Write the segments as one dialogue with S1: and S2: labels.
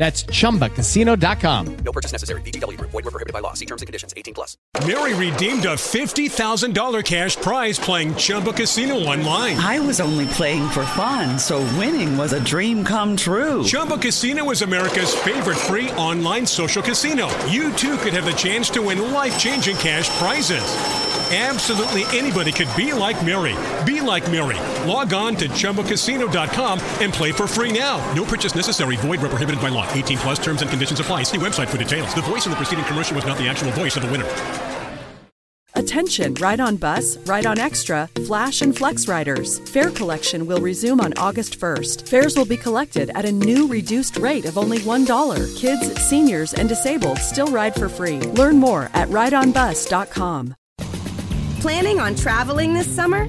S1: That's chumbacasino.com.
S2: No purchase necessary. VGW Group. Void were prohibited by law. See terms and conditions. 18 plus.
S3: Mary redeemed a $50,000 cash prize playing Chumba Casino online.
S4: I was only playing for fun, so winning was a dream come true.
S3: Chumba Casino is America's favorite free online social casino. You too could have the chance to win life-changing cash prizes. Absolutely anybody could be like Mary. Be like Mary. Log on to ChumboCasino.com and play for free now. No purchase necessary. Void where prohibited by law. 18 plus terms and conditions apply. See website for details. The voice in the preceding commercial was not the actual voice of the winner.
S5: Attention, Ride On Bus, Ride On Extra, Flash, and Flex Riders. Fare collection will resume on August 1st. Fares will be collected at a new reduced rate of only $1. Kids, seniors, and disabled still ride for free. Learn more at rideonbus.com.
S6: Planning on traveling this summer?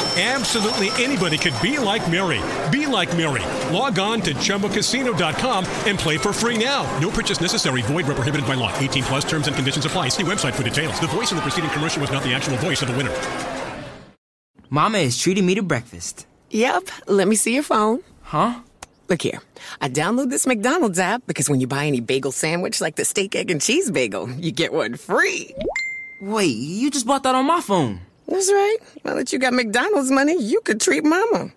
S3: Absolutely anybody could be like Mary. Be like Mary. Log on to ChumboCasino.com and play for free now. No purchase necessary. Void where prohibited by law. 18 plus terms and conditions apply. See website for details. The voice in the preceding commercial was not the actual voice of the winner.
S7: Mama is treating me to breakfast.
S8: Yep, let me see your phone.
S7: Huh?
S8: Look here. I download this McDonald's app because when you buy any bagel sandwich, like the steak, egg, and cheese bagel, you get one free.
S7: Wait, you just bought that on my phone.
S8: That's right. Now that you got McDonald's money, you could treat mama.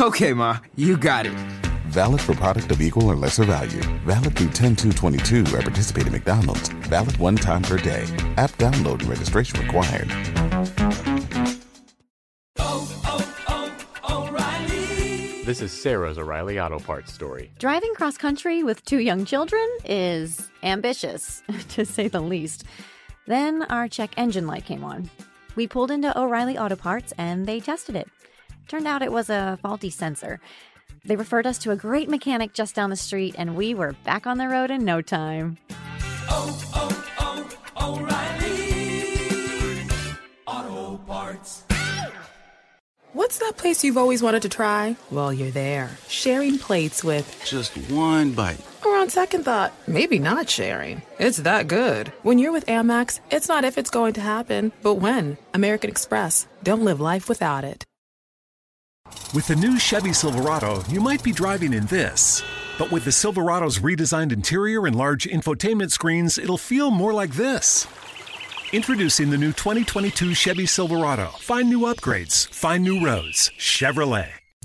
S7: Okay, Ma, you got it.
S9: Valid for product of equal or lesser value. Valid through 10222 at participating McDonald's. Valid one time per day. App download and registration required.
S10: This is Sarah's O'Reilly Auto Parts story.
S11: Driving cross country with two young children is ambitious, to say the least. Then our check engine light came on. We pulled into O'Reilly Auto Parts and they tested it. Turned out it was a faulty sensor. They referred us to a great mechanic just down the street, and we were back on the road in no time.
S12: What's that place you've always wanted to try?
S13: Well, you're there, sharing plates with,
S14: Just one bite.
S12: Or on second thought,
S13: maybe not sharing. It's that good.
S12: when you're with Amex, it's not if it's going to happen, but when. American Express. Don't live life without it.
S3: With the new Chevy Silverado, you might be driving in this. But with the Silverado's redesigned interior and large infotainment screens, it'll feel more like this. Introducing the new 2022 Chevy Silverado. Find new upgrades, find new roads. Chevrolet.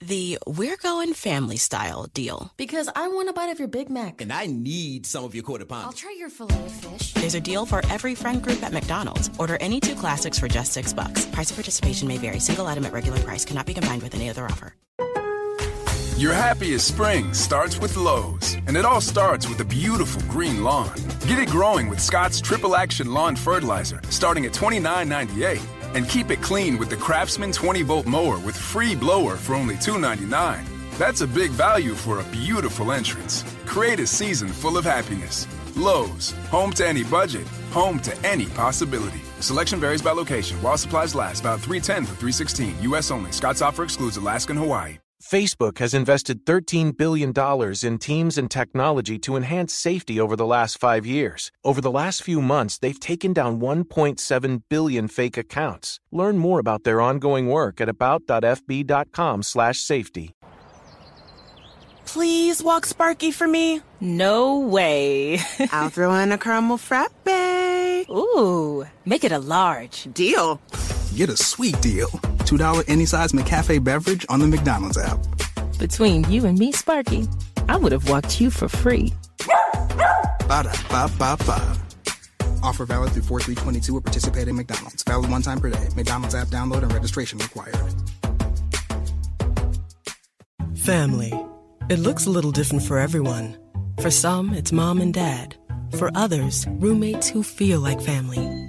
S15: The We're Going Family Style deal.
S16: Because I want a bite of your Big Mac.
S17: And I need some of your quarter pound.
S16: I'll try your filet of fish.
S15: There's a deal for every friend group at McDonald's. Order any two classics for just six bucks. Price of participation may vary. Single item at regular price cannot be combined with any other offer.
S18: Your happiest spring starts with Lowe's, and it all starts with a beautiful green lawn. Get it growing with Scott's Triple Action Lawn Fertilizer, starting at $29.98. And keep it clean with the Craftsman 20 volt mower with free blower for only $2.99. That's a big value for a beautiful entrance. Create a season full of happiness. Lowe's, home to any budget, home to any possibility. Selection varies by location. While supplies last, about 310 to 316, U.S. only. Scott's offer excludes Alaska and Hawaii.
S19: Facebook has invested $13 billion in teams and technology to enhance safety over the last five years. Over the last few months, they've taken down 1.7 billion fake accounts. Learn more about their ongoing work at about.fb.com slash safety.
S15: Please walk Sparky for me. No way.
S20: I'll throw in a caramel frappe.
S15: Ooh, make it a large.
S20: Deal.
S21: Get a sweet deal. $2 any size McCafe beverage on the McDonald's app.
S7: Between you and me, Sparky, I would have walked you for free.
S21: ba da ba ba ba. Offer valid through 4322 at participating McDonald's. Valid one time per day. McDonald's app download and registration required.
S22: Family. It looks a little different for everyone. For some, it's mom and dad. For others, roommates who feel like family.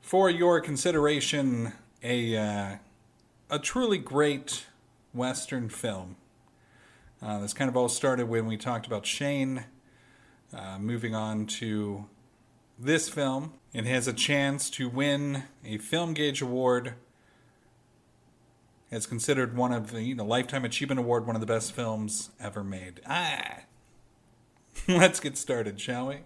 S23: for your consideration a uh, a truly great western film. Uh, this kind of all started when we talked about Shane. Uh, moving on to this film, it has a chance to win a Film Gauge Award. It's considered one of the you know, Lifetime Achievement Award, one of the best films ever made. Ah, let's get started, shall we?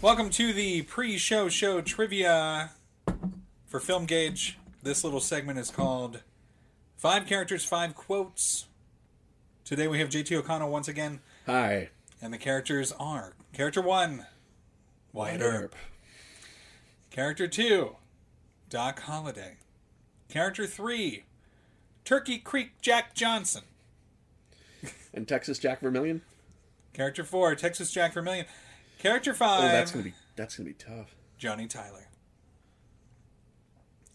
S23: Welcome to the pre show show trivia for Film Gauge. This little segment is called Five Characters, Five Quotes. Today we have JT O'Connell once again.
S24: Hi.
S23: And the characters are Character 1, Wyatt Earp. Character 2, Doc Holliday. Character 3, Turkey Creek Jack Johnson.
S24: And Texas Jack Vermillion?
S23: Character 4, Texas Jack Vermillion. Character five.
S24: Oh, that's gonna be that's gonna be tough.
S23: Johnny Tyler.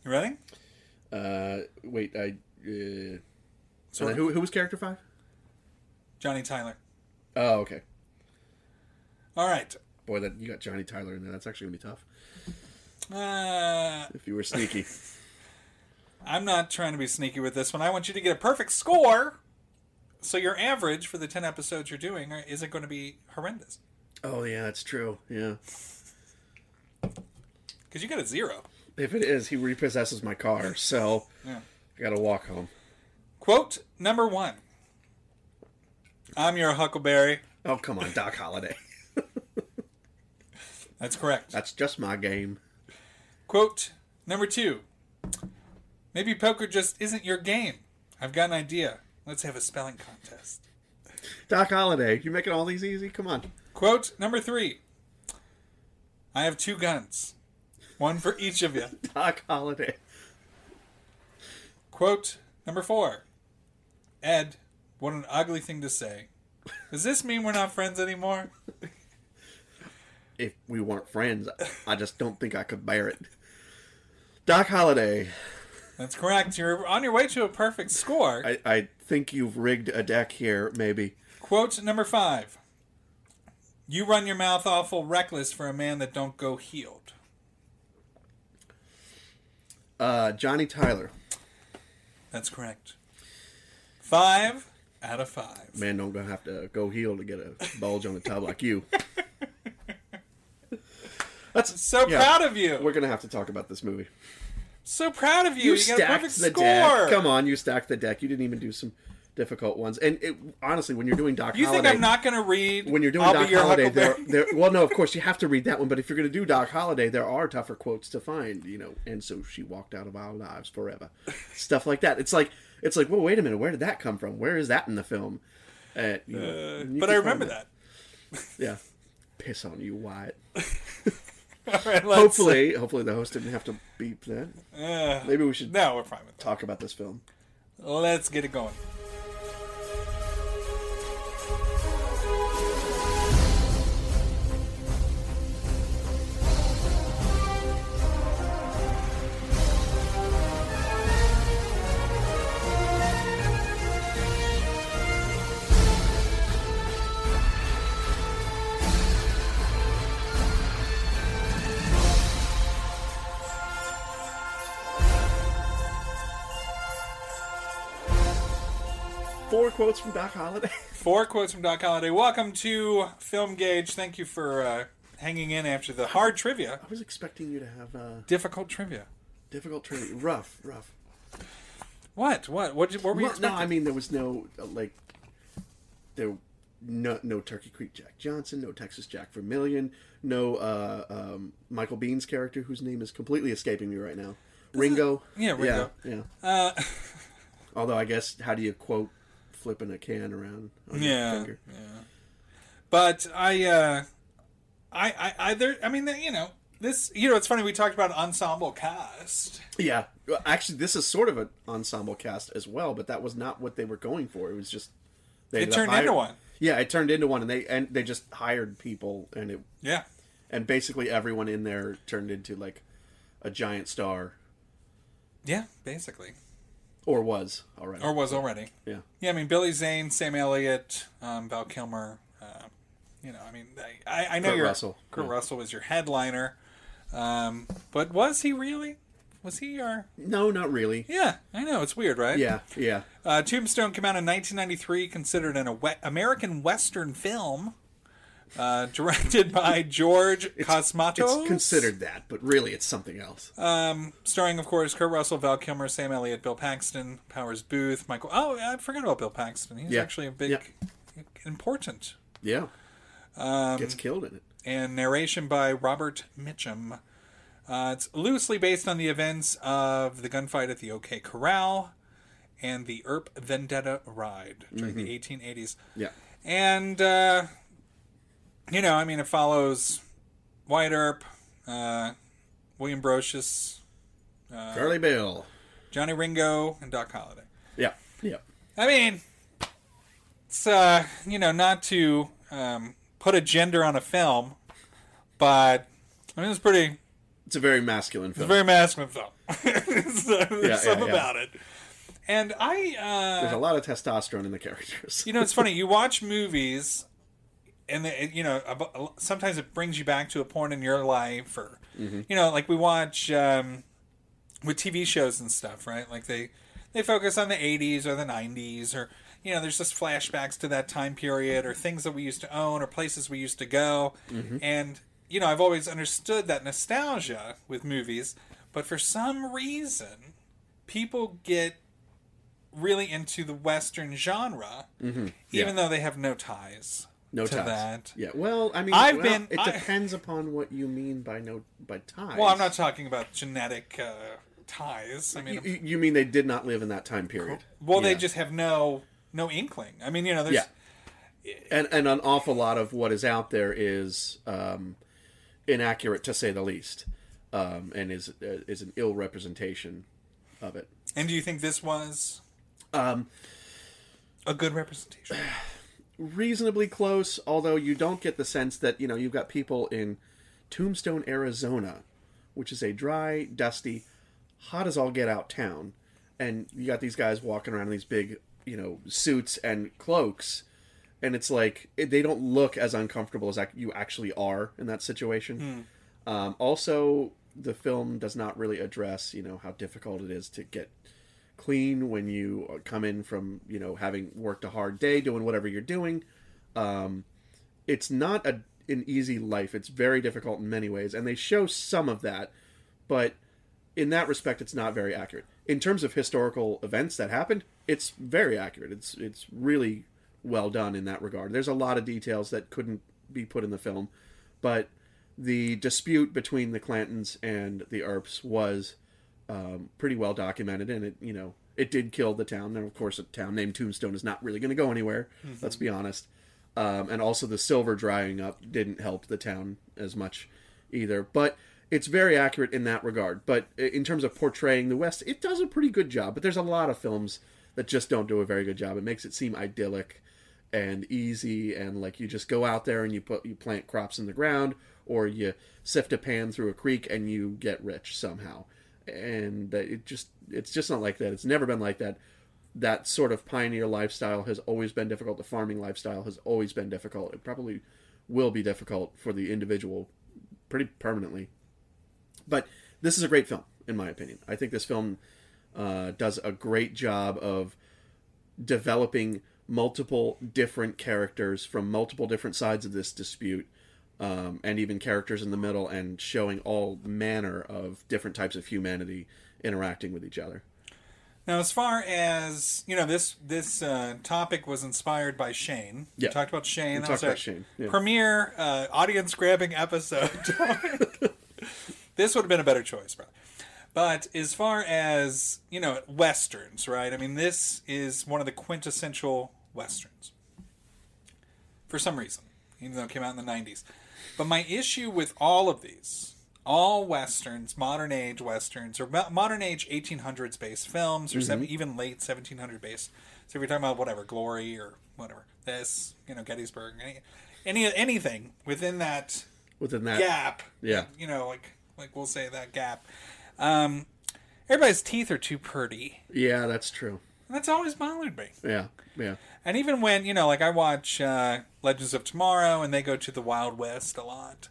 S23: You ready?
S24: Uh, wait, I. Uh, so who who was character five?
S23: Johnny Tyler.
S24: Oh, okay.
S23: All right.
S24: Boy, that you got Johnny Tyler in there. That's actually gonna be tough.
S23: Uh,
S24: if you were sneaky.
S23: I'm not trying to be sneaky with this one. I want you to get a perfect score. So your average for the ten episodes you're doing isn't going to be horrendous.
S24: Oh yeah, that's true. Yeah.
S23: Because you got a zero.
S24: If it is, he repossesses my car, so
S23: yeah.
S24: I gotta walk home.
S23: Quote number one. I'm your Huckleberry.
S24: Oh come on, Doc Holiday.
S23: that's correct.
S24: That's just my game.
S23: Quote number two. Maybe poker just isn't your game. I've got an idea. Let's have a spelling contest.
S24: Doc Holliday, you're making all these easy. Come on.
S23: Quote number three I have two guns, one for each of you.
S24: Doc Holliday.
S23: Quote number four Ed, what an ugly thing to say. Does this mean we're not friends anymore?
S24: If we weren't friends, I just don't think I could bear it. Doc Holliday,
S23: That's correct. You're on your way to a perfect score.
S24: I, I think you've rigged a deck here, maybe.
S23: Quote number five. You run your mouth awful reckless for a man that don't go healed.
S24: Uh, Johnny Tyler.
S23: That's correct. Five out of five.
S24: Man, don't gonna have to go heel to get a bulge on the tub like you. That's
S23: so proud of you.
S24: We're gonna have to talk about this movie.
S23: So proud of you. You, got a perfect
S24: the
S23: score.
S24: deck. Come on, you stacked the deck. You didn't even do some difficult ones. And it, honestly, when you're doing Doc
S23: You
S24: Holliday,
S23: think I'm not going to read?
S24: when you're doing
S23: I'll
S24: Doc
S23: be your
S24: Holliday, there,
S23: Huckleberry.
S24: there, well, no, of course you have to read that one. But if you're going to do Doc Holliday, there are tougher quotes to find, you know. And so she walked out of our lives forever, stuff like that. It's like it's like, well, wait a minute, where did that come from? Where is that in the film? Uh, you know,
S23: Uh,
S24: and you
S23: but
S24: can
S23: I
S24: find
S23: remember that.
S24: Yeah, piss on you, Wyatt.
S23: All right, let's-
S24: hopefully, hopefully the host didn't have to beep that.
S23: Uh,
S24: Maybe we should.
S23: No, we're fine with
S24: talk about this film.
S23: Let's get it going.
S24: Four quotes from Doc Holliday.
S23: Four quotes from Doc Holliday. Welcome to Film Gauge. Thank you for uh, hanging in after the hard trivia.
S24: I was expecting you to have uh,
S23: Difficult trivia.
S24: difficult trivia. Rough, rough.
S23: What? What? What, did- what were you
S24: Well, no,
S23: expecting?
S24: I mean there was no uh, like there no no Turkey Creek Jack Johnson, no Texas Jack Vermillion, no uh, um, Michael Bean's character whose name is completely escaping me right now. Ringo.
S23: Yeah, Ringo.
S24: Yeah. yeah.
S23: Uh,
S24: Although I guess how do you quote flipping a can around on
S23: Yeah,
S24: your finger?
S23: but I, uh, I, I, I, there, I mean, you know, this, you know, it's funny. We talked about ensemble cast.
S24: Yeah. Well, Actually, this is sort of an ensemble cast as well, but that was not what they were going for. It was just
S23: It
S24: ended up
S23: turned into one.
S24: Yeah, it turned into one, and they and they just hired people, and it
S23: Yeah.
S24: and basically everyone in there turned into like a giant star
S23: Yeah, basically.
S24: or was already
S23: Or was already.
S24: yeah
S23: Yeah, I mean Billy Zane, Sam Elliott, um, Val Kilmer. Uh, you know, I mean, I, I, I know
S24: Kurt
S23: your
S24: Russell,
S23: Kurt
S24: yeah.
S23: Russell was your headliner, um, but was he really? Was he your?
S24: no not really
S23: Yeah, I know it's weird, right?
S24: yeah yeah
S23: Uh, Tombstone came out in 1993, considered an awe- American Western film, uh, directed by George Cosmatos.
S24: it's considered that but really it's something else
S23: Um, starring, of course, Kurt Russell, Val Kilmer, Sam Elliott, Bill Paxton, Powers Booth, Michael. Oh, I forgot about Bill Paxton. He's
S24: Yeah.
S23: actually a big, important.
S24: yeah
S23: Um,
S24: gets killed in it
S23: and narration by Robert Mitchum. Uh, it's loosely based on the events of the gunfight at the OK Corral and the Erp Vendetta ride during the 1880s.
S24: yeah
S23: And, uh, you know, I mean, it follows White Earp, uh, William Brocious, uh,
S24: Curly Bill
S23: Johnny Ringo, and Doc Holliday.
S24: yeah yeah
S23: I mean, it's, uh, you know, not to um, put a gender on a film, but, I mean, it's pretty,
S24: it's a very masculine
S15: It's
S24: film
S15: a very masculine film. So there's
S24: Yeah, yeah,
S15: something
S24: yeah.
S15: about it.
S23: And I, uh,
S24: there's a lot of testosterone in the characters
S23: you know, it's funny. You watch movies, and it, you know, ab- sometimes it brings you back to a point in your life, or you know, like we watch um, with TV shows and stuff, right? Like they they focus on the '80s or the '90s, or you know, there's just flashbacks to that time period, or things that we used to own, or places we used to go, and you know, I've always understood that nostalgia with movies, but for some reason, people get really into the Western genre
S24: mm-hmm.
S23: even though they have no ties
S24: no
S23: to
S24: ties
S23: that.
S24: yeah well i mean
S23: I've
S24: well,
S23: been-
S24: it
S23: I-
S24: depends upon what you mean by no by ties
S23: Well, I'm not talking about genetic uh, ties. I mean,
S24: you, you- you mean they did not live in that time period
S23: well, they
S24: Yeah.
S23: just have no no inkling. I mean, you know, there's
S24: Yeah. and and an awful lot of what is out there is um, inaccurate to say the least, um, and is is an ill representation of it.
S23: And do you think this was
S24: um,
S23: a good representation?
S24: Reasonably close, although you don't get the sense that you know you've got people in Tombstone, Arizona, which is a dry, dusty, hot as all get out town, and you got these guys walking around in these big you know suits and cloaks and it's like it- they don't look as uncomfortable as ac- you actually are in that
S23: Hmm.
S24: situation. Um, also, the film does not really address you know how difficult it is to get clean when you uh, come in from you know having worked a hard day doing whatever you're doing. Um, it's not a an easy life. It's very difficult in many ways, and they show some of that, but in that respect, it's not very accurate. In terms of historical events that happened, it's very accurate. It's it's really well done in that regard. There's a lot of details that couldn't be put in the film, but the dispute between the Clantons and the Earps was um, pretty well documented, and it you know it did kill the town. And of course, a town named Tombstone is not really going to go anywhere.
S25: Mhm.
S24: Let's be honest. Um, and also, the silver drying up didn't help the town as much either. But it's very accurate in that regard. But i- in terms of portraying the West, it does a pretty good job. But there's a lot of films that just don't do a very good job. It makes it seem idyllic and easy, and like you just go out there and you put you plant crops in the ground, or you sift a pan through a creek and you get rich somehow. And that it just it's just not like that. It's never been like that. That sort of pioneer lifestyle has always been difficult. The farming lifestyle has always been difficult. It probably will be difficult for the individual pretty permanently but this is a great film in my opinion i think this film uh, does a great job of developing multiple different characters from multiple different sides of this dispute um, and even characters in the middle and showing all manner of different types of humanity interacting with each other
S23: Now, as far as you know, this this uh, topic was inspired by Shane.
S24: Yeah.
S23: We talked about Shane.
S24: We
S23: That
S24: talked
S23: was
S24: about
S23: our
S24: Shane, yeah.
S23: Premiere uh, audience grabbing episode. this would have been a better choice, brother. But as far as you know, westerns, right? I mean, this is one of the quintessential westerns. For some reason, even though it came out in the '90s. But my issue with all of these, all westerns, modern age westerns, or mo- modern age 1800s based films, or seven,
S24: Mm-hmm.
S25: Mhm.
S23: even late 1700 based. So if you're talking about whatever Glory or whatever this, you know Gettysburg, any, any anything within that
S24: within that
S23: gap,
S24: yeah
S23: you know, like like we'll say that gap. Um, everybody's teeth are too pretty.
S24: yeah that's true
S23: And that's always bothered me.
S24: yeah yeah
S23: And even when, you know, like I watch uh, Legends of Tomorrow and they go to the Wild West a lot.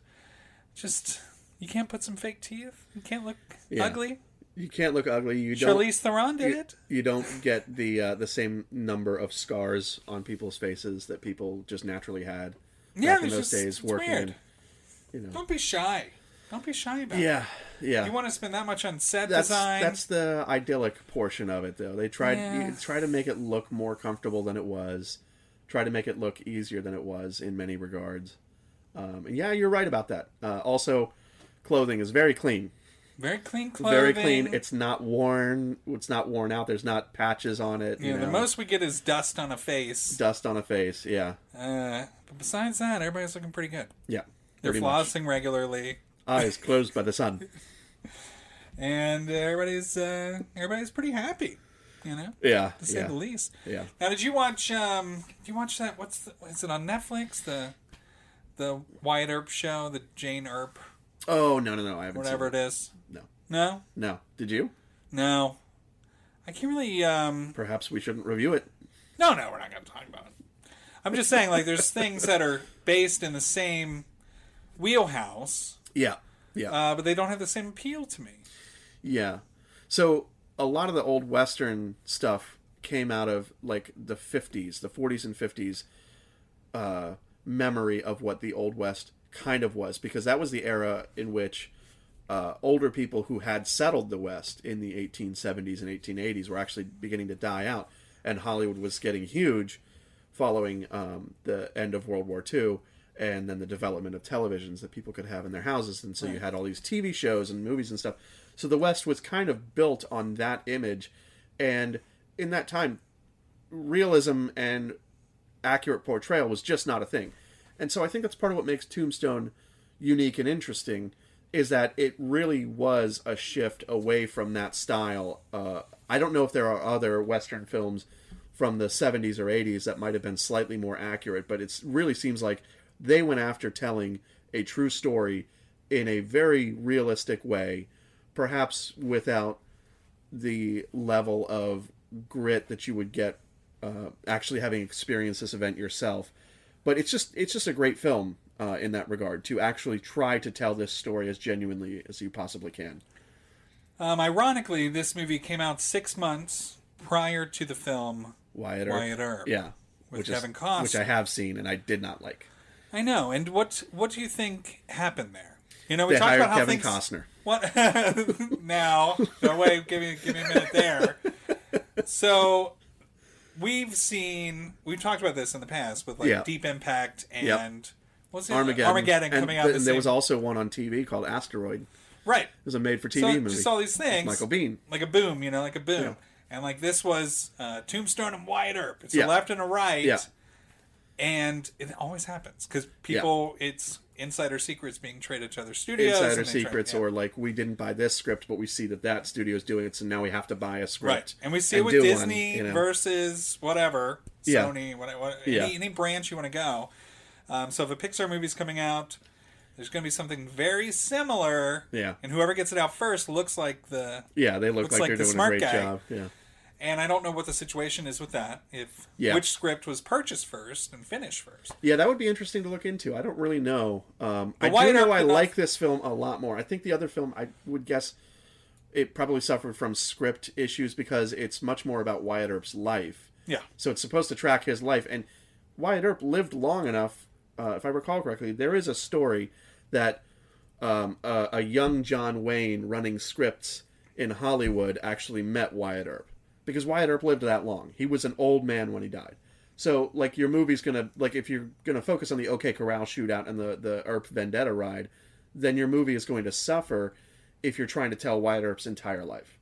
S23: Just, you can't put some fake teeth. You can't look
S24: Yeah.
S23: ugly.
S24: you can't look ugly you don't
S23: Charlize Theron did
S24: you,
S23: it.
S24: you don't get the uh, the same number of scars on people's faces that people just naturally had
S23: Yeah,
S24: back in
S23: it's
S24: those
S23: just-
S24: days
S23: it's
S24: working
S23: weird.
S24: in you know
S23: Don't be shy. Don't be shy about
S24: Yeah,
S23: it.
S24: yeah.
S23: You want to spend that much on set
S24: that's
S23: design.
S24: that's the idyllic portion of it though they tried
S23: Yeah.
S24: you try to make it look more comfortable than it was try to make it look easier than it was in many regards um, and yeah you're right about that uh, also clothing is very clean
S23: very clean clothing.
S24: very clean it's not worn it's not worn out there's not patches on it
S23: you know, the most we get is dust on a face.
S24: dust on a face yeah
S23: Uh, but besides that, everybody's looking pretty good.
S24: yeah
S23: They're
S24: pretty much.
S23: flossing regularly,
S24: eyes closed by the sun
S23: and uh, everybody's uh, everybody's pretty happy. You know,
S24: yeah
S23: to say
S24: yeah.
S23: the least.
S24: yeah
S23: Now, did you watch? Um, did you watch that? What's the? Is it on Netflix? The the Wyatt Earp show, the Jane Earp,
S24: oh no no no i haven't
S23: whatever
S24: seen
S23: it is.
S24: No.
S23: No.
S24: no did you
S23: No. I can't really. Um,
S24: perhaps we shouldn't review it
S23: No, no, we're not going to talk about it. I'm just saying, like, there's things that are based in the same wheelhouse,
S24: yeah yeah
S23: uh, but they don't have the same appeal to me.
S24: Yeah. So a lot of the old Western stuff came out of like the 50s, the 40s and 50s uh, memory of what the Old West kind of was, because that was the era in which uh, older people who had settled the West in the 1870s and 1880s were actually beginning to die out, and Hollywood was getting huge following um, the end of World War II and then the development of televisions that people could have in their houses. And so you
S23: Right.
S24: had all these TV shows and movies and stuff. So the West was kind of built on that image. And in that time, realism and accurate portrayal was just not a thing. And so I think that's part of what makes Tombstone unique and interesting is that it really was a shift away from that style. Uh, I don't know if there are other Western films from the 70s or 80s that might have been slightly more accurate, but it really seems like they went after telling a true story in a very realistic way, perhaps without the level of grit that you would get uh, actually having experienced this event yourself. But it's just it's just a great film uh, in that regard to actually try to tell this story as genuinely as you possibly can.
S23: Um, ironically, this movie came out six months prior to the film
S24: Wyatt Earp. Yeah.
S23: with Kevin Costner.
S24: Which I have seen and I did not like.
S23: I know. And what what do you think happened there? You know, we
S24: They
S23: talked
S24: hired
S23: about how
S24: Kevin
S23: things.
S24: Costner.
S23: What now? No way. Give me give me a minute there. So we've seen we've talked about this in the past with like
S24: Yeah.
S23: Deep Impact and
S24: Yep.
S23: what's it
S24: Armageddon.
S23: Armageddon
S24: and
S23: coming out.
S24: th-
S23: the
S24: and there
S23: same-
S24: was also one on TV called Asteroid.
S23: Right.
S24: It was a made for TV
S23: so
S24: movie.
S23: Just all these
S24: with
S23: things.
S24: Michael Bean.
S23: Like a boom, you know, like a boom.
S24: Yeah.
S23: And like this was uh, Tombstone and Wyatt Earp. It's
S24: Yeah.
S23: a left and a right.
S24: Yeah.
S23: And it always happens because people, it's insider secrets being traded to other studios.
S24: Insider
S23: and they trade-
S24: secrets,
S23: yeah.
S24: or like we didn't buy this script, but we see that that studio's doing it, so now we have to buy a script.
S23: Right. And we see it with
S24: do one,
S23: Disney
S24: you know.
S23: versus whatever,
S24: Yeah.
S23: Sony, whatever,
S24: Yeah.
S23: any, any branch you want to go. Um, so if a Pixar movie's coming out, there's going to be something very similar.
S24: Yeah.
S23: And whoever gets it out first looks like the
S24: Yeah, they look
S23: looks
S24: like, they're
S23: the
S24: doing a
S23: smart
S24: great
S23: guy.
S24: job. Yeah.
S23: And I don't know what the situation is with that. If
S24: Yeah.
S23: which script was purchased first and finished first.
S24: Yeah, that would be interesting to look into. I don't really know. Um, I
S23: But why
S24: do know
S23: not
S24: I
S23: enough-
S24: like this film a lot more. I think the other film, I would guess, it probably suffered from script issues because it's much more about Wyatt Earp's life.
S23: Yeah.
S24: So it's supposed to track his life, and Wyatt Earp lived long enough, uh, if I recall correctly. There is a story that um, a, a young John Wayne running scripts in Hollywood actually met Wyatt Earp because Wyatt Earp lived that long. He was an old man when he died. So like your movie's gonna like if you're gonna focus on the OK Corral shootout and the the Earp Vendetta ride, then your movie is going to suffer if you're trying to tell Wyatt Earp's entire life.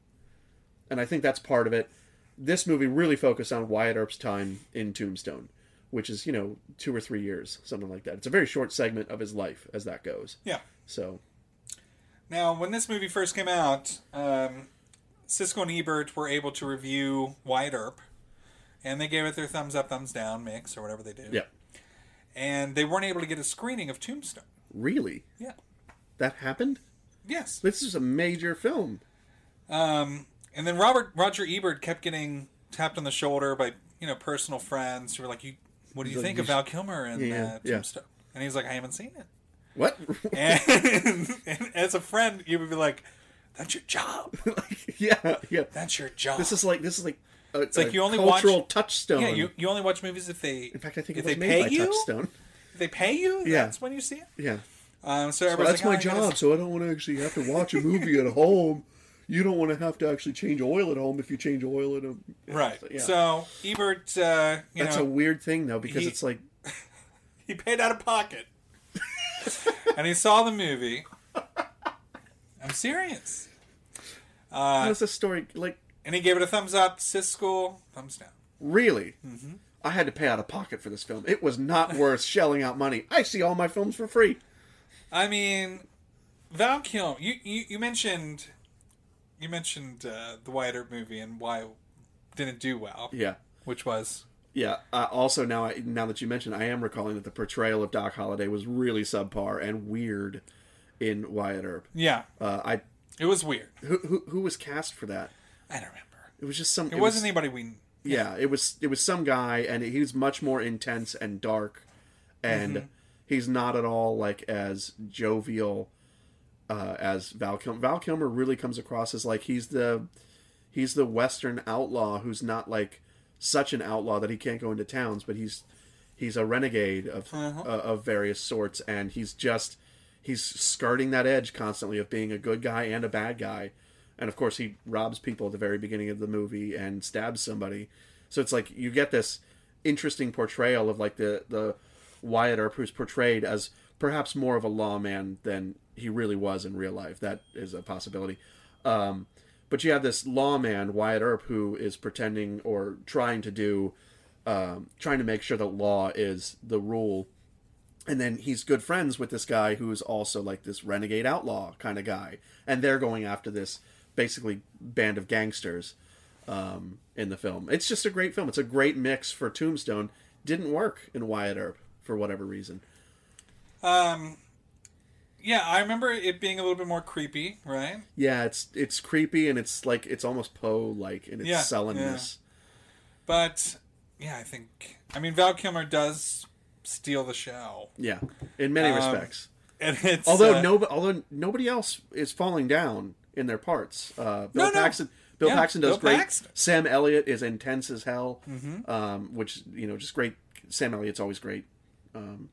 S24: And I think that's part of it. This movie really focused on Wyatt Earp's time in Tombstone, which is, you know, two or three years, something like that. It's a very short segment of his life as that goes.
S23: Yeah.
S24: So
S23: Now, when this movie first came out, um, Siskel and Ebert were able to review Wyatt Earp, and they gave it their thumbs up, thumbs down mix or whatever they do.
S24: yeah.
S23: And they weren't able to get a screening of Tombstone.
S24: Really?
S23: Yeah.
S24: That happened?
S23: Yes.
S24: This is a major film.
S23: Um, and then Robert Roger Ebert kept getting tapped on the shoulder by you know personal friends who were like, "You, what do you
S24: Like,
S23: think
S24: you
S23: of Val
S24: sh-
S23: Kilmer and
S24: Yeah,
S23: uh,
S24: yeah.
S23: Tombstone?" And he's like, "I haven't seen it."
S24: What?
S23: And, and as a friend, you would be like, "That's your job.
S24: yeah, yeah.
S23: That's your job."
S24: This is like this is like a,
S23: it's like
S24: a
S23: you only
S24: cultural
S23: watch,
S24: touchstone.
S23: Yeah, you, you only watch movies if they in fact I
S24: think
S23: if
S24: it was
S23: they
S24: made
S23: pay
S24: by
S23: you.
S24: Touchstone.
S23: If they pay you,
S24: Yeah.
S23: that's when you see it.
S24: Yeah.
S23: Um, so
S24: Well,
S23: everybody's
S24: that's
S23: like,
S24: my
S23: "Oh, I gotta
S24: job, so I don't want to actually have to watch a movie at home. You don't want to have to actually change oil at home if you change oil at home.
S23: Right.
S24: yeah.
S23: So Ebert, uh, you
S24: That's
S23: know,
S24: a weird thing though, because
S23: he-
S24: it's like
S23: he paid out of pocket, and he saw the movie. I'm serious.
S24: how
S23: Uh,
S24: does this story like
S23: and he gave it a thumbs up. Siskel, thumbs down.
S24: really? I had to pay out of pocket for this film. It was not worth shelling out money. I see all my films for free.
S23: I mean, Val Kilmer. You, you you mentioned you mentioned uh, the Wyatt Earp movie and why it didn't do well.
S24: Yeah.
S23: which was
S24: Yeah. Uh, also, now I, now that you mentioned, I am recalling that the portrayal of Doc Holliday was really subpar and weird in Wyatt Earp.
S23: yeah.
S24: Uh, I
S23: It was weird.
S24: who, who who was cast for that?
S23: I don't remember.
S24: It was just some.
S23: It, wasn't anybody we.
S24: Yeah, it was it was some guy, and he was much more intense and dark, and
S23: Mhm.
S24: he's not at all like as jovial uh, as Val Kilmer. Val Kilmer really comes across as like he's the he's the Western outlaw who's not like such an outlaw that he can't go into towns, but he's he's a renegade of
S23: Uh-huh.
S24: uh, of various sorts, and he's just he's skirting that edge constantly of being a good guy and a bad guy, and of course he robs people at the very beginning of the movie and stabs somebody, so it's like you get this interesting portrayal of like the the Wyatt Earp who's portrayed as perhaps more of a lawman than he really was in real life. That is a possibility. Um, but you have this lawman Wyatt Earp who is pretending or trying to do um, trying to make sure that law is the rule. And then he's good friends with this guy who is also like this renegade outlaw kind of guy, and they're going after this basically band of gangsters um, in the film. It's just a great film. It's a great mix for Tombstone. Didn't work in Wyatt Earp for whatever reason.
S23: Um, yeah, I remember it being a little bit more creepy, right?
S24: Yeah, it's it's creepy and it's like it's almost Poe like in its
S23: Yeah,
S24: sullenness.
S23: But yeah, I think I mean Val Kilmer does steal the show.
S24: Yeah, in many
S23: Um,
S24: respects.
S23: and it's,
S24: although
S23: uh,
S24: no, although nobody else is falling down in their parts. Uh, Bill
S23: No, no.
S24: Paxton, Bill
S23: Yeah,
S24: Paxton does
S23: Bill
S24: great.
S23: Paxton.
S24: Sam Elliott is intense as hell,
S23: Mhm.
S24: um, which you know, just great. Sam Elliott's always great. Um,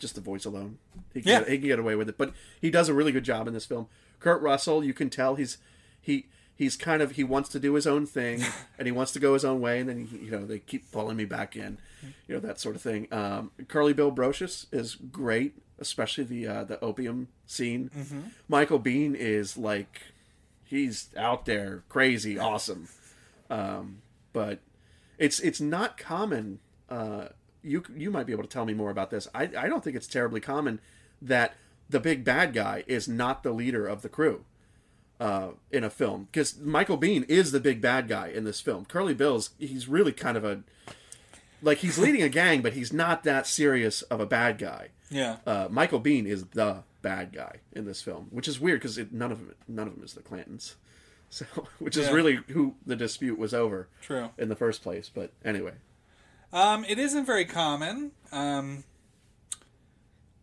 S24: just the voice alone, he can,
S23: Yeah.
S24: get, he can get away with it. But he does a really good job in this film. Kurt Russell, you can tell he's he he's kind of he wants to do his own thing and he wants to go his own way and then you know they keep pulling me back in you know that sort of thing um, curly bill brocious is great especially the uh, the opium scene
S25: Mhm.
S24: michael bean is like he's out there crazy awesome um, but it's it's not common uh, you you might be able to tell me more about this I, I don't think it's terribly common that the big bad guy is not the leader of the crew uh, in a film because Michael Bean is the big bad guy in this film. Curly Bill's he's really kind of a like he's leading a gang, but he's not that serious of a bad guy.
S23: Yeah.
S24: Uh, Michael Bean is the bad guy in this film, which is weird because none of them none of them is the Clantons, so which is
S23: Yeah.
S24: really who the dispute was over.
S23: True.
S24: in the first place, but anyway,
S23: Um, it isn't very common. Um,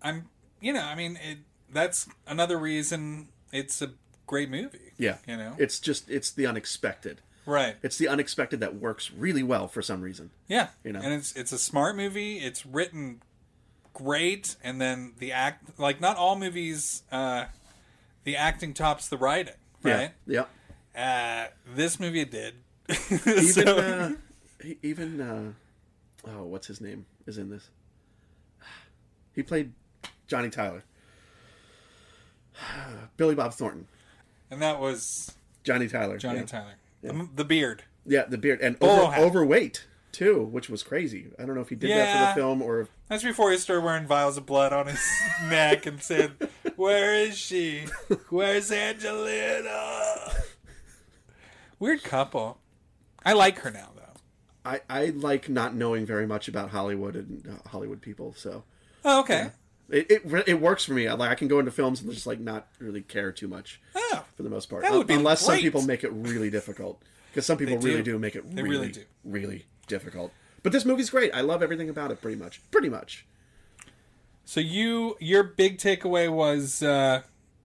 S23: I'm, you know, I mean, it, that's another reason it's a great movie.
S24: yeah,
S23: You know?
S24: it's just it's the unexpected.
S23: Right.
S24: It's the unexpected that works really well for some reason.
S23: Yeah.
S24: You know.
S23: And it's it's a smart movie. It's written great, and then the act like not all movies, uh, the acting tops the writing, right?
S24: Yeah.
S23: Uh, this movie did.
S24: even
S23: So-
S24: uh, he- even uh, oh, what's his name is in this? He played Johnny Tyler, Billy Bob Thornton,
S23: and that was
S24: Johnny Tyler,
S23: Johnny
S24: yeah.
S23: Tyler,
S24: Yeah.
S23: The, the beard.
S24: yeah, the beard and
S23: Oh,
S24: over,
S23: ha-
S24: overweight too, which was crazy. I don't know if he did that
S23: Yeah.
S24: for the film or
S23: That's before he started wearing vials of blood on his neck and said, "Where is she? Where's Angelina?" Weird couple. I like her now though.
S24: I I like not knowing very much about Hollywood and uh, Hollywood people, so
S23: Oh, okay.
S24: it it, re- it works for me. I, like I can go into films and just like not really care too much for the most part,
S23: that would be
S24: unless some
S23: great.
S24: people make it really difficult. Because some people
S23: They
S24: really
S23: do.
S24: do make it
S23: They
S24: really,
S23: really
S24: really,
S23: do.
S24: difficult. But this movie's great. I love everything about it. Pretty much, pretty much.
S23: So you your big takeaway was uh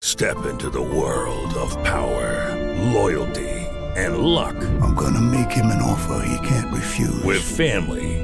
S26: Step into the world of power, loyalty, and luck. I'm going to make him an offer he can't refuse. With family,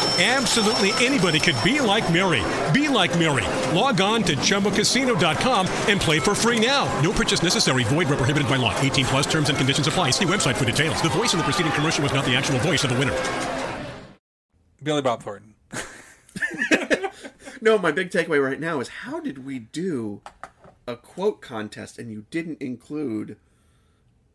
S3: Absolutely anybody could be like Mary. Be like Mary. Log on to chumbacasino.com and play for free now. No purchase necessary. Void where prohibited by law. 18 plus terms and conditions apply. See website for details. The voice in the preceding commercial was not the actual voice of the winner.
S23: Billy Bob Thornton.
S24: No, my big takeaway right now is how did we do a quote contest and you didn't include?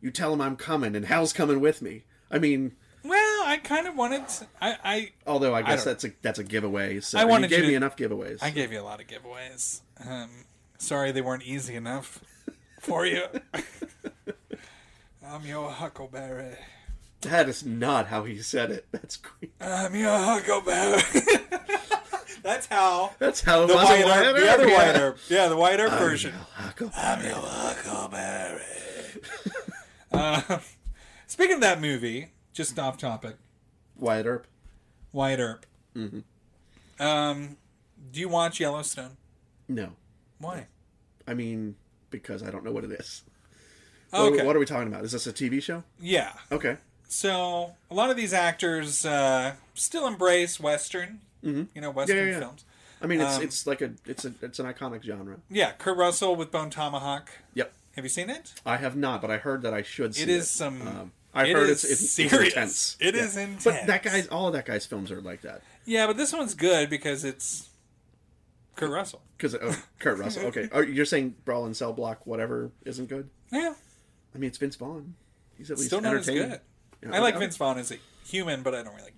S24: You tell him I'm coming and Hal's coming with me. I mean,
S23: Well, I kind of wanted. to- I, I
S24: Although I guess
S23: don't-
S24: that's a that's a giveaway. So
S23: I
S24: you
S23: wanted
S24: gave
S23: you
S24: me
S23: to-
S24: enough giveaways.
S23: I gave you a lot of giveaways. Um, sorry they weren't easy enough for you. I'm your huckleberry.
S24: That is not how he said it. That's crazy.
S23: I'm your huckleberry. That's how.
S24: That's how it
S23: the
S24: was
S23: white
S24: a Wyatt
S23: herb, the other
S24: Earp,
S23: white
S24: yeah.
S23: herb, yeah, the white herb
S24: I'm
S23: version.
S24: I'm
S23: your huckleberry. uh, speaking of that movie, just off topic,
S24: Wyatt Earp.
S23: Wyatt Earp.
S24: Mhm.
S23: Um, do you watch Yellowstone?
S24: No,
S23: Why?
S24: I mean because I don't know what it is.
S23: Oh, Okay.
S24: What, what are we talking about? Is this a TV show?
S23: Yeah.
S24: Okay.
S23: So a lot of these actors uh, still embrace Western,
S24: Mhm.
S23: you know, Western
S24: Yeah, yeah, yeah.
S23: films.
S24: I mean, it's
S23: Um,
S24: it's like a it's a it's an iconic genre.
S23: Yeah, Kurt Russell with Bone Tomahawk.
S24: Yep.
S23: Have you seen it?
S24: I have not, but I heard that I should see it. Um,
S23: It is some-
S24: I've
S23: it
S24: heard
S23: is
S24: it's, it's,
S23: serious.
S24: it's intense.
S23: It is
S24: But that
S23: intense.
S24: guy's all of that guy's films are like that
S23: Yeah, but this one's good because it's Kurt Russell.
S24: because oh, Kurt Russell. Okay, are, you're saying Brawl and Cell Block whatever isn't good?
S23: Yeah.
S24: I mean it's Vince Vaughn. He's at least
S23: Still not as
S24: entertaining.
S23: good.
S24: You know,
S23: I like
S24: I'm-
S23: Vince Vaughn as a human, but I don't really.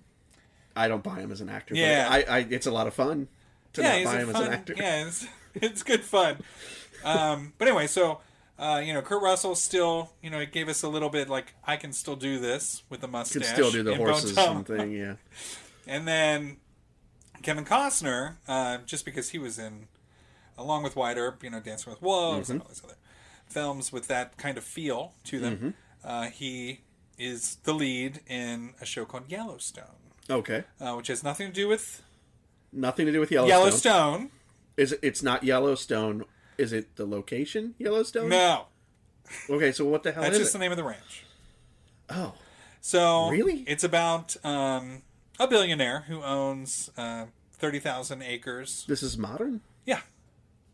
S24: I don't buy him as an actor.
S23: Yeah.
S24: Yeah, but I, I it's a lot of fun to
S23: yeah,
S24: not
S15: he's
S24: buy
S15: a
S24: him as
S23: fun-
S24: an actor.
S23: Yeah, it's, it's good fun. Um, but anyway, so uh, you know, Kurt Russell still, you know, it gave us a little bit like I can still do this with the mustache.
S24: Could still do the
S23: in Bone
S24: horses
S23: Tomahawk.
S24: and thing. Yeah,
S23: And then Kevin Costner, uh, just because he was in, along with Wyatt Earp, you know, Dancing with Wolves and
S24: Mhm.
S23: all these other films with that kind of feel to
S24: Mhm.
S23: them, uh, he is the lead in a show called Yellowstone,
S24: okay.
S23: uh, which has nothing to do with
S24: Nothing to do with Yellowstone.
S23: Yellowstone.
S24: Is it, it's not Yellowstone? Is it the location Yellowstone?
S23: No.
S24: Okay, so Oh, what the hell
S23: That's
S24: is
S23: just
S24: it?
S23: the name of the ranch.
S24: Oh.
S23: So
S24: Really?
S23: it's about um, a billionaire who owns uh, thirty thousand acres.
S24: This is modern.
S23: Yeah,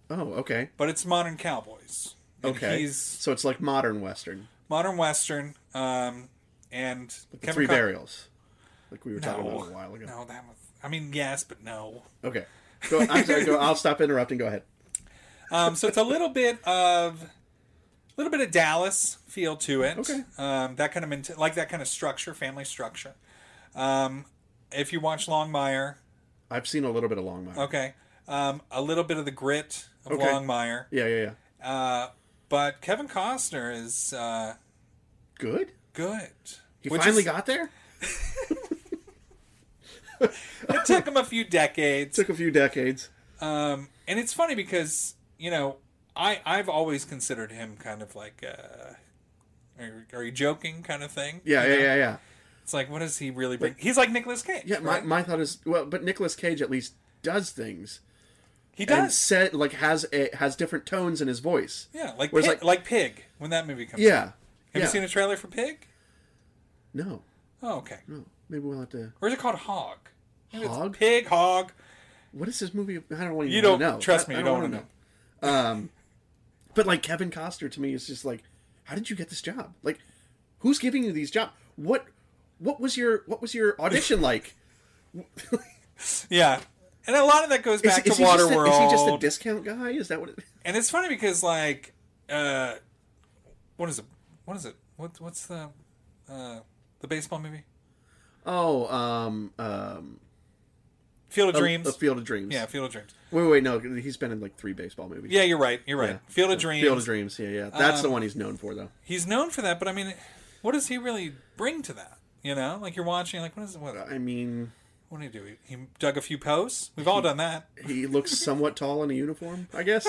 S24: Oh, okay.
S23: but it's modern cowboys. And
S24: Okay.
S23: he's
S24: So it's like modern western.
S23: modern western um and
S24: The three
S23: Co-
S24: burials, like we were talking
S23: No.
S24: about a while ago.
S23: no that was i mean yes but no
S24: Okay. Go, I'm sorry. Go, I'll stop interrupting. Go ahead.
S23: um so it's a little bit of a little bit of dallas feel to it okay um that kind of menta- like that kind of structure family structure um if you watch longmire
S24: I've seen a little bit of Longmire.
S23: okay um a little bit of the grit of
S24: Okay.
S23: longmire
S24: Yeah, yeah, yeah.
S23: uh but kevin costner is uh
S24: Good.
S23: good
S24: He
S23: Which
S24: finally
S23: is-
S24: got there.
S23: it took him a few decades
S24: Took a few decades.
S23: Um, and it's funny because you know I I've always considered him kind of like a are, are you joking kind of thing.
S24: Yeah,
S23: you
S24: yeah,
S23: know?
S24: yeah, yeah.
S23: It's like what does he really bring? He's like Nicolas Cage.
S24: Yeah, my,
S23: right?
S24: my thought is well, but Nicolas Cage at least does things.
S23: he
S24: And
S23: does.
S24: said like has a has different tones in his voice.
S23: Yeah, like
S24: Whereas,
S23: Pig,
S24: like-
S15: like-
S23: like Pig when that movie comes. out.
S24: Yeah.
S23: Have
S24: yeah.
S23: you seen a trailer for Pig?
S24: No.
S23: Oh, okay.
S24: No. Maybe we'll have to.
S23: Or is it called Hog? Maybe it's
S24: Hog?
S23: Pig Hog.
S24: What is this movie? I don't want
S23: You
S24: even
S23: don't-
S24: know.
S23: trust
S24: I-
S23: me,
S24: I
S23: you don't
S24: wanna
S23: wanna
S24: know. Um, but like Kevin Costner to me is just like, how did you get this job? Like, who's giving you these jobs? What, what was your what was your audition like?
S23: Yeah, and a lot of that goes
S24: Is,
S23: back
S24: is
S23: to
S24: he just a-
S23: Waterworld.
S24: is he just a discount guy? Is that what? It,
S23: And it's funny because like uh what is it? What is it? What what's the uh the baseball movie?
S24: oh, um, um,
S23: Field of
S24: a-
S23: Dreams.
S24: a Field of Dreams.
S23: Yeah, Field of Dreams.
S24: Wait, wait, no, he's been in like three baseball movies.
S23: Yeah, you're right. You're right.
S24: Yeah.
S23: Field of
S24: Yeah.
S23: Dreams.
S24: Field of Dreams. Yeah, yeah. That's the
S23: Um,
S24: one he's known for though.
S23: He's known for that, but I mean what does he really bring to that? You know? Like you're watching like what is it what
S24: I mean,
S23: what did he do? He, he dug a few posts. We've all done that.
S24: He looks somewhat tall in a uniform, I guess.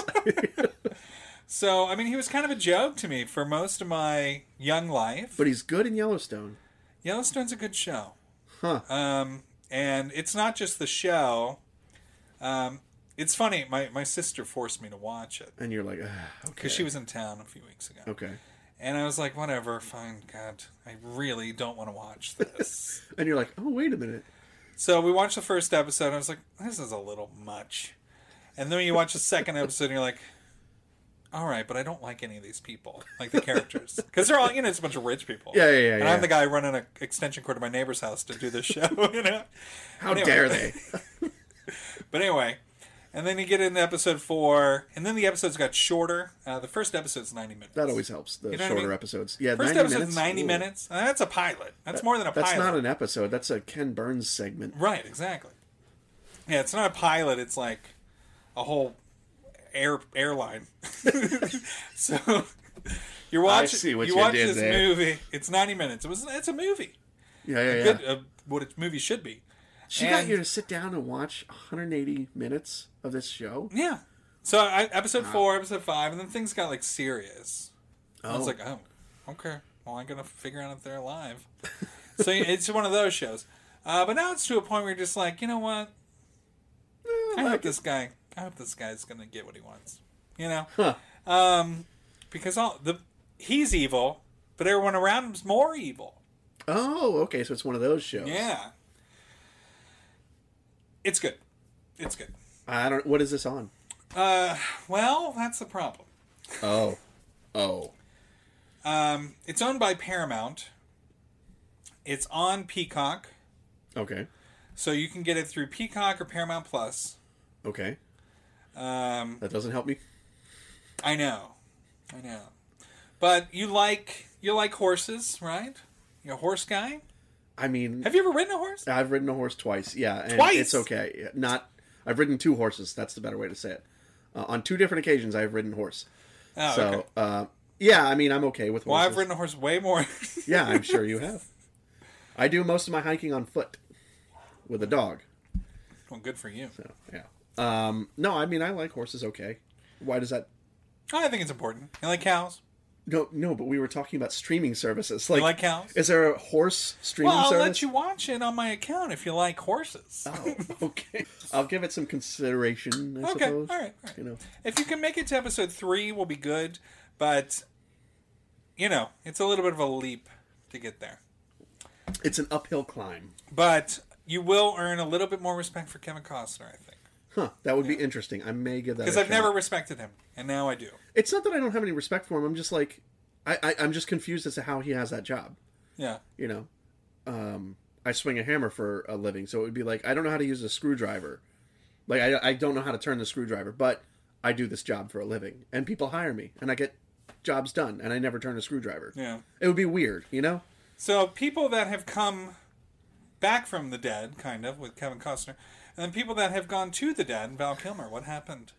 S23: So I mean he was kind of a joke to me for most of my young life.
S24: but he's good in Yellowstone.
S23: Yellowstone's a good show.
S24: Huh.
S23: Um, and it's not just the show. Um, it's funny. My, my sister forced me to watch it
S24: And you're like, "Ah, okay.
S23: because she was in town a few weeks ago.
S24: Okay.
S23: And I was like, whatever, fine, God, I really don't want to watch this.
S24: And you're like, oh, wait a minute.
S23: so we watched the first episode. And I was like, this is a little much. And then you watch the second episode, and you're like, all right, but I don't like any of these people, like the characters, because they're all you know, it's a bunch of rich people.
S24: Yeah, yeah, yeah,
S23: And
S24: yeah.
S23: I'm the guy running an extension cord to my neighbor's house to do this show. You know,
S24: How dare they?
S23: But anyway, And then you get into episode four, and then the episodes got shorter. Uh, the first episode's ninety minutes.
S24: That always helps. The
S23: You know what I
S24: shorter
S23: mean?
S24: episodes. Yeah,
S23: first
S24: 90
S23: episode's
S24: minutes.
S23: ninety
S24: Ooh.
S23: minutes. Uh, that's a pilot. That's
S24: That-
S23: more than a
S24: That's
S23: pilot.
S24: not an episode. That's a Ken Burns segment.
S23: Right, exactly. Yeah, it's not a pilot. It's like a whole air airline. so you're
S24: I
S23: watching.
S24: see what
S23: you
S24: you
S23: watch
S24: did
S23: this
S24: there.
S23: movie. It's 90 minutes. It was. It's a movie.
S24: Yeah, yeah,
S23: A
S24: yeah.
S23: good- uh, what a movie should be.
S24: She got
S23: And-
S24: you to sit down and watch 180 minutes of this show.
S23: Yeah. So I, episode four, episode five, and then things got like serious. I was
S24: Oh.
S23: like, oh, okay. Well, I'm gonna figure out if they're alive. so it's one of those shows. Uh, but now it's to a point where you're just like, you know what?
S24: Eh,
S23: I hope this guy. I hope this guy's gonna get what he wants. You know, um, because all the he's evil, but everyone around him's more evil.
S24: Oh, okay. So it's one of those shows.
S23: Yeah. It's good. It's good.
S24: I don't. What is this on?
S23: Uh, well, that's the problem.
S24: Oh, oh.
S23: Um, it's owned by Paramount. It's on Peacock,
S24: Okay.
S23: so you can get it through Peacock or Paramount Plus.
S24: Okay.
S23: Um,
S24: That doesn't help me.
S23: I know, I know, but you like you like horses, right? You're a horse guy.
S24: I mean,
S23: Have you ever ridden a horse?
S24: I've ridden a horse twice. Yeah, and
S23: Twice?
S24: It's okay. Yeah, Not. I've ridden two horses. That's the better way to say it. Uh, on two different occasions, I've ridden horse.
S23: Oh,
S24: so,
S23: okay.
S24: uh, yeah, I mean, I'm okay with
S23: Well,
S24: horses.
S23: I've ridden a horse way more.
S24: yeah, I'm sure you have. I do most of my hiking on foot with a dog.
S23: well, good for you.
S24: Yeah. Um, no, I mean, I like horses. Okay. Why does that?
S23: Oh, I think it's important. You like cows?
S24: No, no. But we were talking about streaming services. Like,
S23: like cows?
S24: Is there a horse streaming
S23: well, I'll
S24: service? Oh,
S23: let you watch it on my account if you like horses.
S24: I'll give it some consideration. I
S23: Okay,
S24: suppose.
S23: all right,
S24: You know.
S23: If you can make it to episode three, we'll be good. But you know, it's a little bit of a leap to get there.
S24: It's an uphill climb.
S23: But you will earn a little bit more respect for Kevin Costner, I think,
S24: Huh. That would be interesting. I may give that
S23: because
S24: a
S23: I've
S24: shot.
S23: never respected him, and now I do.
S24: It's not that I don't have any respect for him. I'm just like, I, I I'm just confused as to how he has that job.
S23: Yeah,
S24: You know, um, I swing a hammer for a living, so it would be like I don't know how to use a screwdriver. Like I I don't know how to turn the screwdriver, but I do this job for a living, and people hire me, and I get jobs done, and I never turn a screwdriver.
S23: yeah.
S24: It would be weird, you know.
S23: So people that have come back from the dead, kind of, with Kevin Costner, and then people that have gone to the dead, Val Kilmer. What happened?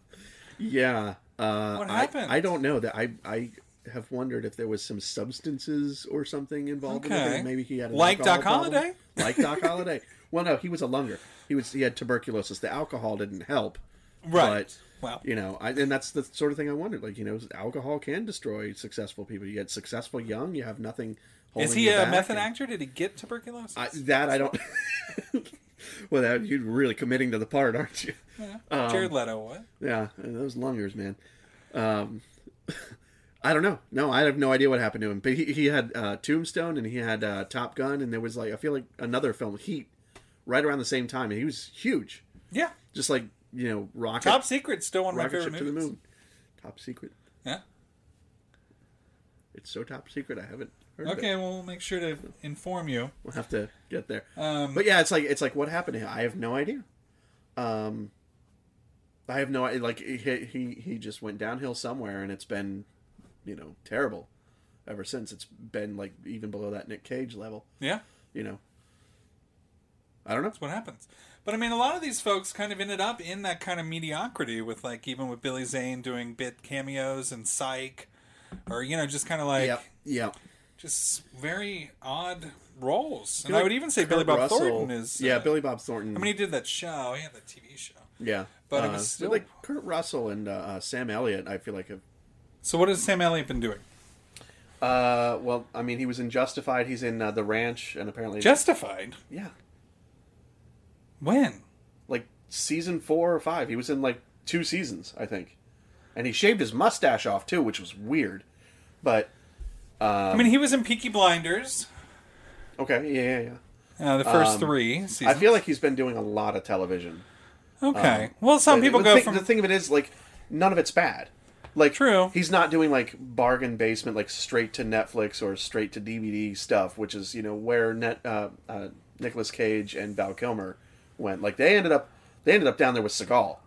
S24: Yeah. Uh,
S23: What
S24: I-
S23: happened?
S24: I, don't know that I I have wondered if there was some substances or something involved in it.
S23: Okay.
S24: and Maybe he had an
S23: Like
S24: alcohol
S23: Doc
S24: problem.
S23: Holliday?
S24: Like Doc Holliday. Well, no, he was a lunger. He was he had tuberculosis. The alcohol didn't help.
S23: Right.
S24: But,
S23: Well.
S24: you know, I, and that's the sort of thing I wondered. Like, you know, alcohol can destroy successful people. You get successful young, you have nothing. Holding
S23: Is he
S24: you
S23: a
S24: back,
S23: method
S24: and-
S23: actor? Did he get tuberculosis?
S24: I, that I don't. well, that, you're really committing to the part, aren't you?
S23: Yeah.
S24: Um,
S23: Jared Leto. What?
S24: yeah, those lungers, man. Um, I don't know. No, I have no idea what happened to him. But he, he had uh, Tombstone and he had uh, Top Gun, and there was like I feel like another film, Heat, right around the same time, and he was huge.
S23: Yeah.
S24: Just like you know, rocket.
S23: Top Secret's still one of my
S24: rocket
S23: favorite
S24: ship to the
S23: movies.
S24: moon. Top secret.
S23: Yeah.
S24: It's so top secret. I haven't heard. Of
S23: Okay,
S24: it.
S23: well, we'll make sure to inform you.
S24: We'll have to get there.
S23: Um,
S24: but yeah, it's like it's like what happened to him? I have no idea. Um, I have no idea. Like he he he just went downhill somewhere, and it's been, you know, terrible ever since. It's been like even below that Nick Cage level.
S23: Yeah.
S24: You know. I don't know.
S23: That's what happens. But I mean, a lot of these folks kind of ended up in that kind of mediocrity with like even with Billy Zane doing bit cameos and Psych, or you know, just kind of like
S24: Yep. Yep.
S23: just very odd roles.
S24: You
S15: And
S24: know,
S15: I would even say
S24: Kurt
S15: Billy Bob
S24: Russell-
S15: Thornton is.
S24: yeah.
S15: uh,
S24: Billy Bob Thornton.
S23: I mean, he did that show. He had that TV show.
S24: yeah.
S23: but it
S24: Uh,
S23: was still-
S24: like Kurt Russell and uh, uh, Sam Elliott. I feel like have
S23: So what has Sam Elliott been doing?
S24: Uh, well, I mean, he was in Justified. He's in uh, The Ranch, and apparently
S23: Justified.
S24: Yeah.
S23: When?
S24: Like season four or five. He was in like two seasons, I think, and he shaved his mustache off too, which was weird. But um,
S23: I mean, he was in Peaky Blinders.
S24: okay, yeah, yeah, yeah.
S23: Uh, the first three
S24: Um, I
S23: seasons.
S24: feel like he's been doing a lot of television.
S23: Okay.
S24: Um,
S23: well, some
S24: the-
S23: people
S24: the
S23: go
S24: thing-
S23: from
S24: the thing of it is like none of it's bad. Like true, he's not doing like bargain basement, like straight to Netflix or straight to DVD stuff, which is you know where net uh, uh, Nicolas Cage and Val Kilmer went. Like they ended up, they ended up down there with Seagal.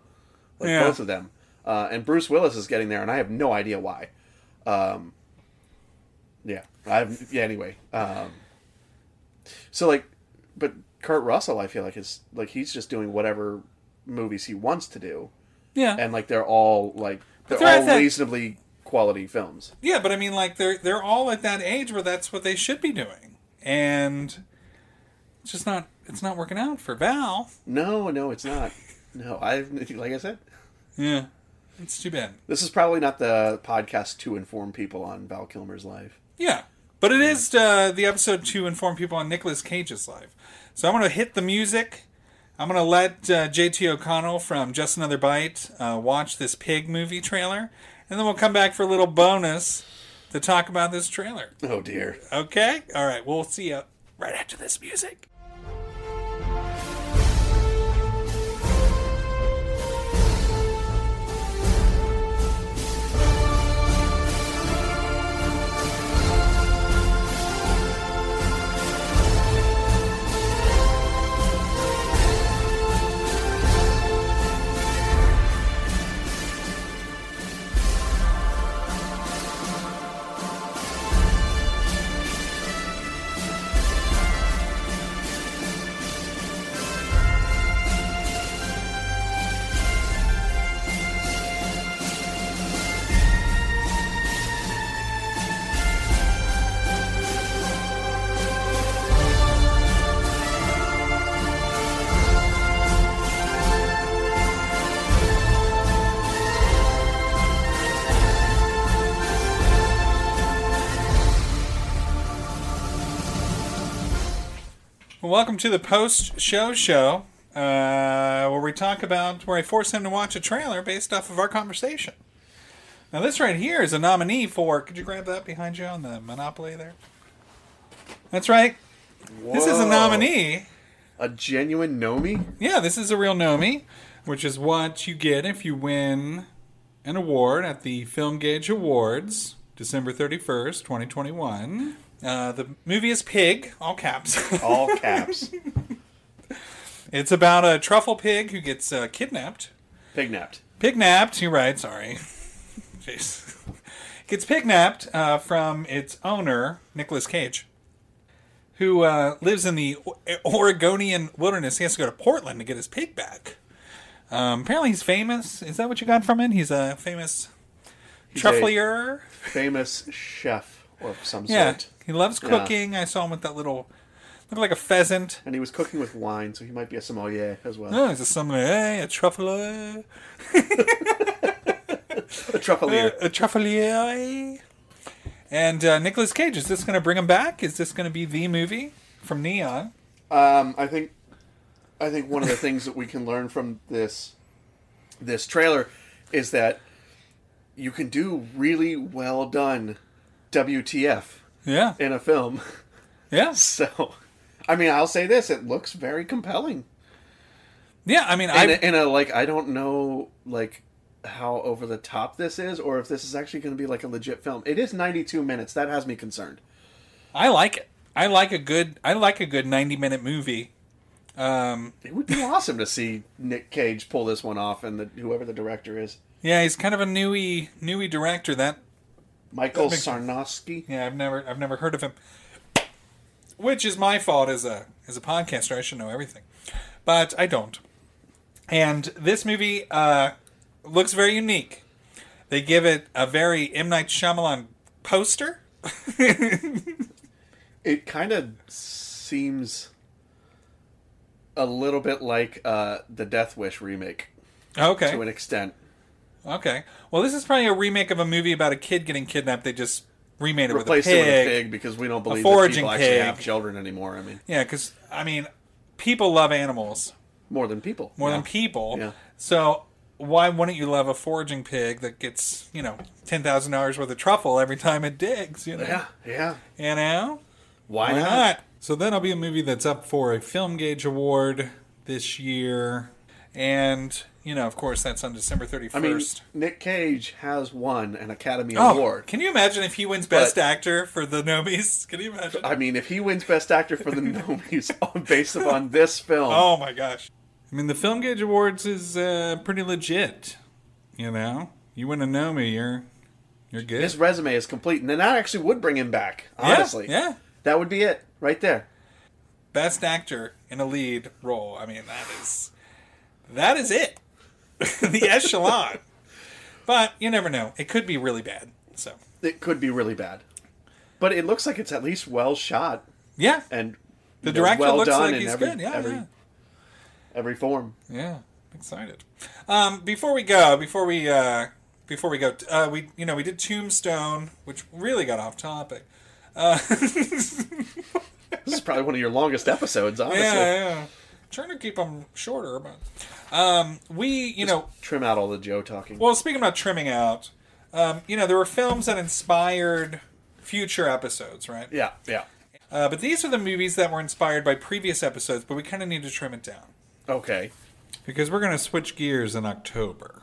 S24: like
S23: Yeah.
S24: both of them. Uh, and Bruce Willis is getting there, and I have no idea why. Um, yeah, I have, yeah. Anyway, um, so like, but Kurt Russell, I feel like is like he's just doing whatever movies he wants to do.
S23: Yeah.
S24: and like they're all like they're,
S23: But they're at
S24: all
S23: that-
S24: reasonably quality films.
S23: Yeah, but I mean, like they're they're all at that age where that's what they should be doing, and it's just not it's not working out for Val.
S24: No, no, it's not. No, I like I said.
S23: Yeah, it's too bad.
S24: This is probably not the podcast to inform people on Val Kilmer's life.
S23: Yeah, but it is uh, the episode to inform people on Nicolas Cage's life. So I'm going to hit the music. I'm going to let uh, JT O'Connell from Just Another Bite uh, watch this pig movie trailer, and then we'll come back for a little bonus to talk about this trailer.
S24: Oh dear.
S23: Okay. All right. We'll see you right after this music. Well, welcome to the post-show show, uh, where we talk about where I force him to watch a trailer based off of our conversation. Now, this right here is a nominee for. Could you grab that behind you on the Monopoly there? That's right. This is a
S24: Whoa.
S23: nominee.
S24: A genuine Nomi?
S23: Yeah, this is a real Nomi, which is what you get if you win an award at the Film Gauge Awards, December 31st, 2021. Uh, the movie is Pig, all caps.
S24: All caps.
S23: it's about a truffle pig who gets uh, kidnapped.
S24: Pignapped.
S23: Pignapped, you're right, sorry. Jeez. Gets pignapped uh, from its owner, Nicolas Cage, who uh, lives in the O- Oregonian wilderness. He has to go to Portland to get his pig back. Um, apparently, he's famous. Is that what you got from it? He's a famous
S24: He's a
S23: trufflier.
S24: Famous chef of some
S23: Yeah,
S24: sort.
S23: he loves
S24: Yeah.
S23: cooking. I saw him with that little looked like a pheasant.
S24: And he was cooking with wine, so he might be a sommelier as well.
S23: Oh, he's a sommelier, a truffler,
S24: a truffelier.
S23: a truffelier. And uh, Nicolas Cage is this going to bring him back? Is this going to be the movie from Neon?
S24: Um, I think I think one of the things that we can learn from this this trailer is that you can do really well done WTF
S23: yeah.
S24: in a film.
S23: Yeah.
S24: So I mean, I'll say this, it looks very compelling.
S23: Yeah, I mean,
S24: in
S23: I
S24: a, in a like I don't know like how over the top this is or if this is actually going to be like a legit film. It is 92 minutes. That has me concerned.
S23: I like it. I like a good I like a good ninety minute movie. Um,
S24: It would be awesome to see Nick Cage pull this one off and the, whoever the director is.
S23: yeah, he's kind of a newy newy director. That
S24: Michael
S23: that makes-
S24: Sarnowski.
S23: Yeah, I've never I've never heard of him. Which is my fault as a as a podcaster. I should know everything, but I don't. And this movie uh, looks very unique. They give it a very M Night Shyamalan poster.
S24: It kind of seems a little bit like uh, the Death Wish remake
S23: Okay.
S24: to an extent.
S23: Okay. Well, this is probably a remake of a movie about a kid getting kidnapped. They just remade it
S24: Replaced
S23: with a
S24: it with
S23: pig.
S24: a pig because we don't believe that
S23: foraging
S24: people actually
S23: pig.
S24: have children anymore. I mean,
S23: Yeah, because I mean, people love animals
S24: more than people.
S23: more than
S24: Yeah.
S23: people.
S24: Yeah.
S23: So why wouldn't you love a foraging pig that gets you know ten thousand dollars worth of truffle every time it digs? You know.
S24: Yeah, yeah.
S23: You know.
S24: Why,
S23: Why
S24: not?
S23: not? So that'll be a movie that's up for a Film Gauge Award this year, and you know, of course, that's on December thirty
S24: I mean,
S23: first.
S24: Nick Cage has won an Academy
S23: Oh,
S24: Award.
S23: can you imagine if he wins Best
S24: But-
S23: Actor for the Nomies? Can you imagine?
S24: I mean, if he wins Best Actor for the Nomies based upon this film,
S23: Oh my gosh. I mean, the Film Gauge Awards is uh, pretty legit. You know, you win a Nomi, you're you're good.
S24: His resume is complete, and then that actually would bring him back.
S23: Yeah,
S24: Honestly,
S23: yeah.
S24: that would be it right there.
S23: Best actor in a lead role. I mean, that is that is it. the echelon. But you never know. It could be really bad. So
S24: It could be really bad, but it looks like it's at least well shot.
S23: Yeah,
S24: and
S23: The
S24: you know,
S23: director
S24: well
S23: looks
S24: done
S23: like
S24: in
S23: he's
S24: every,
S23: good, yeah,
S24: every,
S23: yeah.
S24: every form.
S23: yeah, I'm excited. Um, before we go, before we uh, before we go, uh, we you know we did Tombstone, which really got off topic. Uh,
S24: This is probably one of your longest episodes, honestly.
S23: yeah, yeah. Trying to keep them shorter, but um, we you know
S24: Trim out all the Joe talking.
S23: Well, speaking about trimming out, um, you know, there were films that inspired future episodes, right?
S24: Yeah, yeah.
S23: Uh, but these are the movies that were inspired by previous episodes, but we kind of need to trim it down.
S24: Okay.
S23: Because we're going to switch gears in October.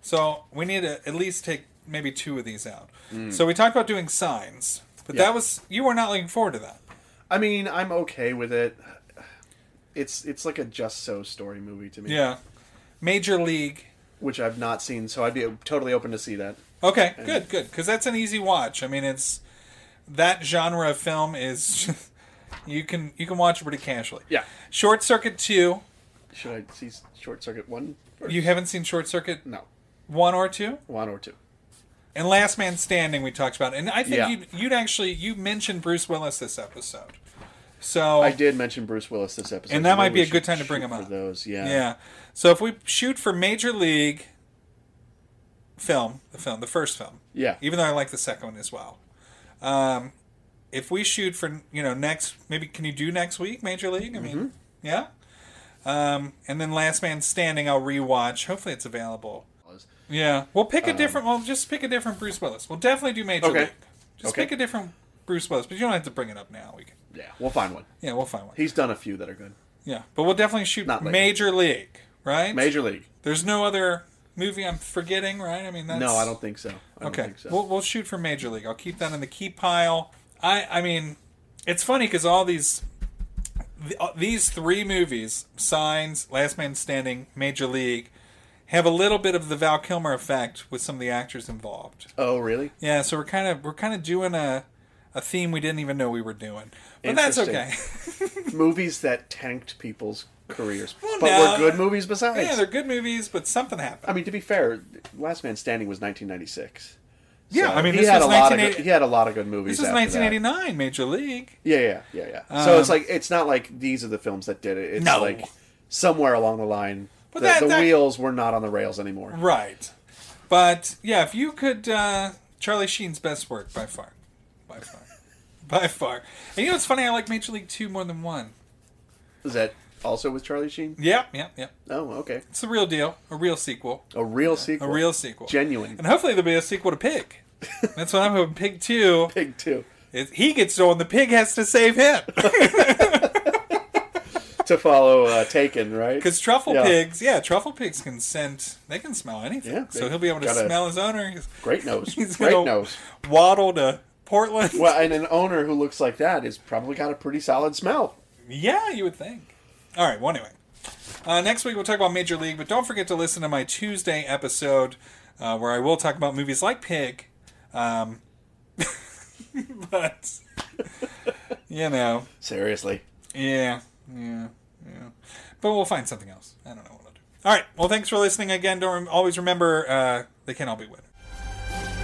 S23: So we need to at least take maybe two of these out.
S24: Mm.
S23: So we talked about doing signs, but
S24: Yeah.
S23: that was, you were not looking forward to that.
S24: I mean, I'm okay with it. It's it's like a just so story movie to me.
S23: Yeah. Major League,
S24: which I've not seen, so I'd be totally open to see that.
S23: Okay,
S24: And-
S23: good, good. Because that's an easy watch. I mean, it's that genre of film is you can you can watch it pretty casually.
S24: Yeah.
S23: Short Circuit Two.
S24: Should I see Short Circuit One?
S23: You haven't seen Short Circuit?
S24: No.
S23: One or two?
S24: One or two.
S23: And Last Man Standing, we talked about, and I think
S24: Yeah.
S23: you'd, you'd actually you mentioned Bruce Willis this episode, so
S24: I did mention Bruce Willis this episode,
S23: and that
S24: so
S23: might
S24: maybe
S23: be
S24: we
S23: a
S24: should
S23: good time to bring
S24: shoot
S23: him
S24: for
S23: up.
S24: Those, yeah,
S23: Yeah. So if we shoot for Major League film, the film, the first film.
S24: Yeah.
S23: Even though I like the second one as well. Um, if we shoot for you know next, maybe can you do next week Major League? I mean,
S24: Mhm.
S23: yeah. Um, and then Last Man Standing, I'll rewatch. Hopefully, it's available. Yeah, we'll pick a
S24: Um,
S23: different. We'll just pick a different Bruce Willis. We'll definitely do Major
S24: Okay.
S23: League. Just
S24: Okay.
S23: pick a different Bruce Willis, but you don't have to bring it up now. We can.
S24: Yeah, we'll find one.
S23: Yeah, we'll find one.
S24: He's done a few that are good.
S23: Yeah, but we'll definitely shoot
S24: Not lately.
S23: Major League, right?
S24: Major League.
S23: There's no other movie I'm forgetting, right? I mean, that's
S24: No, I don't think so. I
S23: okay,
S24: don't think so.
S23: we'll we'll shoot for Major League. I'll keep that in the key pile. I I mean, it's funny because all these th- uh, these three movies, Signs, Last Man Standing, Major League, have a little bit of the Val Kilmer effect with some of the actors involved.
S24: oh, really?
S23: Yeah, so we're kind of we're kind of doing a a theme we didn't even know we were doing, but that's okay.
S24: Interesting. movies that tanked people's careers, but
S23: no.
S24: were good movies besides.
S23: Yeah, they're good movies, but something happened.
S24: I mean, to be fair, Last Man Standing was 1996.
S23: Yeah, I mean,
S24: he
S23: this
S24: had
S23: was
S24: a lot of
S23: 1980
S24: good, he had a lot of good movies.
S23: This is
S24: after that.
S23: 1989, Major League.
S24: Yeah, yeah, yeah, yeah. so it's
S23: Um,
S24: like it's not like these are the films that did it. It's
S23: No.
S24: like somewhere along the line,
S23: But
S24: the,
S23: that-
S24: the
S23: that-
S24: wheels were not on the rails anymore.
S23: Right. But yeah, if you could, uh, Charlie Sheen's best work by far, by far, by far. And you know, it's funny. I like Major League Two more than one.
S24: Is that also with Charlie Sheen?
S23: Yep, yep, yep.
S24: Oh, okay.
S23: It's the real deal, a real sequel,
S24: a real sequel,
S23: a real sequel,
S24: genuine.
S23: And hopefully there'll be a sequel to Pig. That's what I'm hoping. Pig Two.
S24: Pig Two.
S23: he gets stolen. The pig has to save him.
S24: to follow uh, Taken, right?
S23: Because truffle
S24: Yeah.
S23: pigs, yeah, truffle pigs can scent. They can smell anything.
S24: Yeah,
S23: so
S24: they
S23: he'll be able to
S24: got a
S23: smell his owner. He's-
S24: Great nose.
S23: He's
S24: Great
S23: gonna
S24: nose.
S23: Waddle to Portland.
S24: Well, and an owner who looks like that is probably got a pretty solid smell.
S23: Yeah, you would think. All right. Well, anyway, uh, next week we'll talk about Major League, but don't forget to listen to my Tuesday episode uh, where I will talk about movies like Pig. Um, but you know,
S24: seriously,
S23: yeah, yeah, yeah. But we'll find something else. I don't know what I'll do. All right. Well, thanks for listening again. Don't rem- always remember uh, they can all be winners.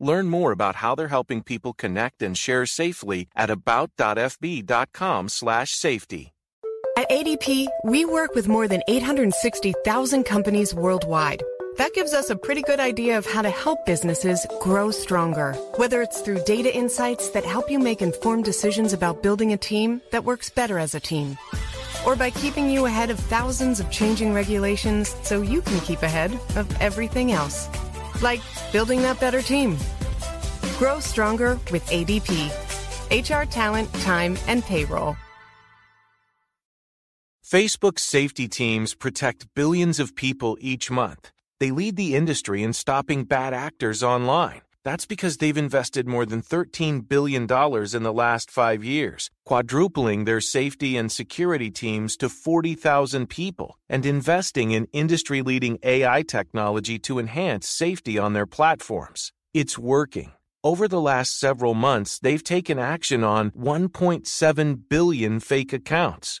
S19: Learn more about how they're helping people connect and share safely at about.fb.com/safety.
S27: At ADP, we work with more than 860,000 companies worldwide. That gives us a pretty good idea of how to help businesses grow stronger. Whether it's through data insights that help you make informed decisions about building a team that works better as a team, or by keeping you ahead of thousands of changing regulations so you can keep ahead of everything else. Like building that better team. Grow stronger with ADP. HR talent, time, and payroll.
S19: Facebook's safety teams protect billions of people each month. They lead the industry in stopping bad actors online. That's because they've invested more than $13 billion in the last five years, quadrupling their safety and security teams to 40,000 people, and investing in industry leading AI technology to enhance safety on their platforms. It's working. Over the last several months, they've taken action on 1.7 billion fake accounts.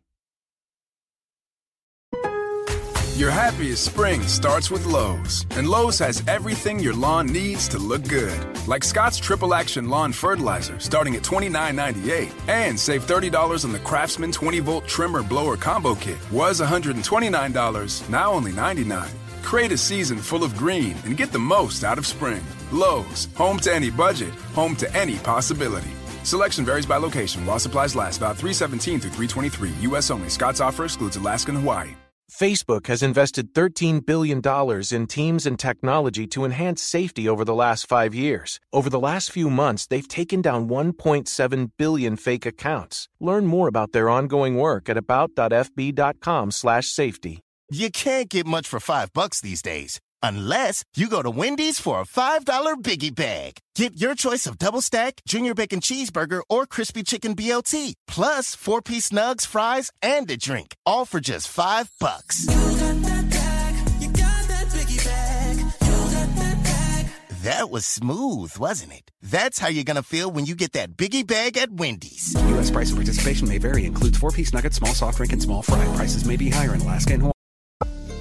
S18: Your happiest spring starts with Lowe's, and Lowe's has everything your lawn needs to look good. Like Scott's Triple Action Lawn Fertilizer starting at $29.98, and save $30 on the Craftsman 20 volt trimmer blower combo kit. Was $129, now only $99. Create a season full of green and get the most out of spring. Lowe's, home to any budget, home to any possibility. Selection varies by location while supplies last about 317 through 323, U.S. only. Scott's offer excludes Alaska and Hawaii.
S19: Facebook has invested $13 billion in teams and technology to enhance safety over the last five years. Over the last few months, they've taken down 1.7 billion fake accounts. Learn more about their ongoing work at about.fb.com/safety.
S25: You can't get much for five bucks these days, unless you go to Wendy's for a $5 biggie bag. Get your choice of double stack, junior bacon cheeseburger, or crispy chicken BLT, plus four piece nugs, fries, and a drink, all for just five bucks. That was smooth, wasn't it? That's how you're gonna feel when you get that biggie bag at Wendy's.
S9: U.S. price of participation may vary. Includes four-piece nuggets, small soft drink, and small fry. Prices may be higher in Alaska and Hawaii.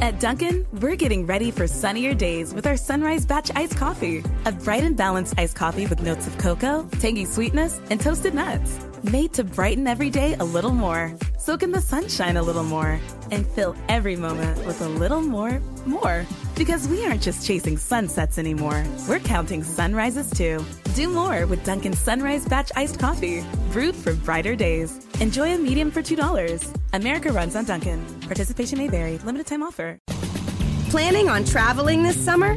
S28: At Dunkin', we're getting ready for sunnier days with our Sunrise Batch Iced Coffee, a bright and balanced iced coffee with notes of cocoa, tangy sweetness, and toasted nuts. Made to brighten every day a little more, soak in the sunshine a little more, and fill every moment with a little more, more. Because we aren't just chasing sunsets anymore, we're counting sunrises too. Do more with Dunkin' Sunrise Batch Iced Coffee, brewed for brighter days. Enjoy a medium for $2. America runs on Dunkin'. Participation may vary, limited time offer.
S6: Planning on traveling this summer?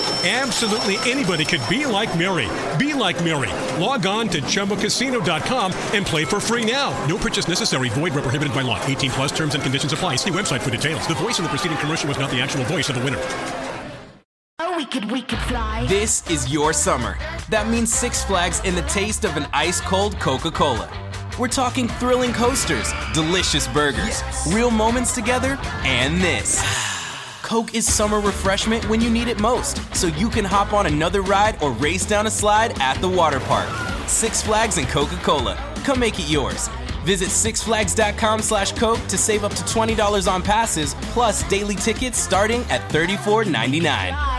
S3: Absolutely anybody could be like Mary. Be like Mary. Log on to chumbacasino.com and play for free now. No purchase necessary. Void where prohibited by law. 18 plus terms and conditions apply. See website for details. The voice in the preceding commercial was not the actual voice of the winner.
S29: Oh, we could, we could fly.
S2: This is your summer. That means Six Flags and the taste of an ice cold Coca Cola. We're talking thrilling coasters, delicious burgers, real moments together, and this. Coke is summer refreshment when you need it most, so you can hop on another ride or race down a slide at the water park. Six Flags and Coca Cola. Come make it yours. Visit sixflags.com slash Coke to save up to $20 on passes, plus daily tickets starting at $34.99.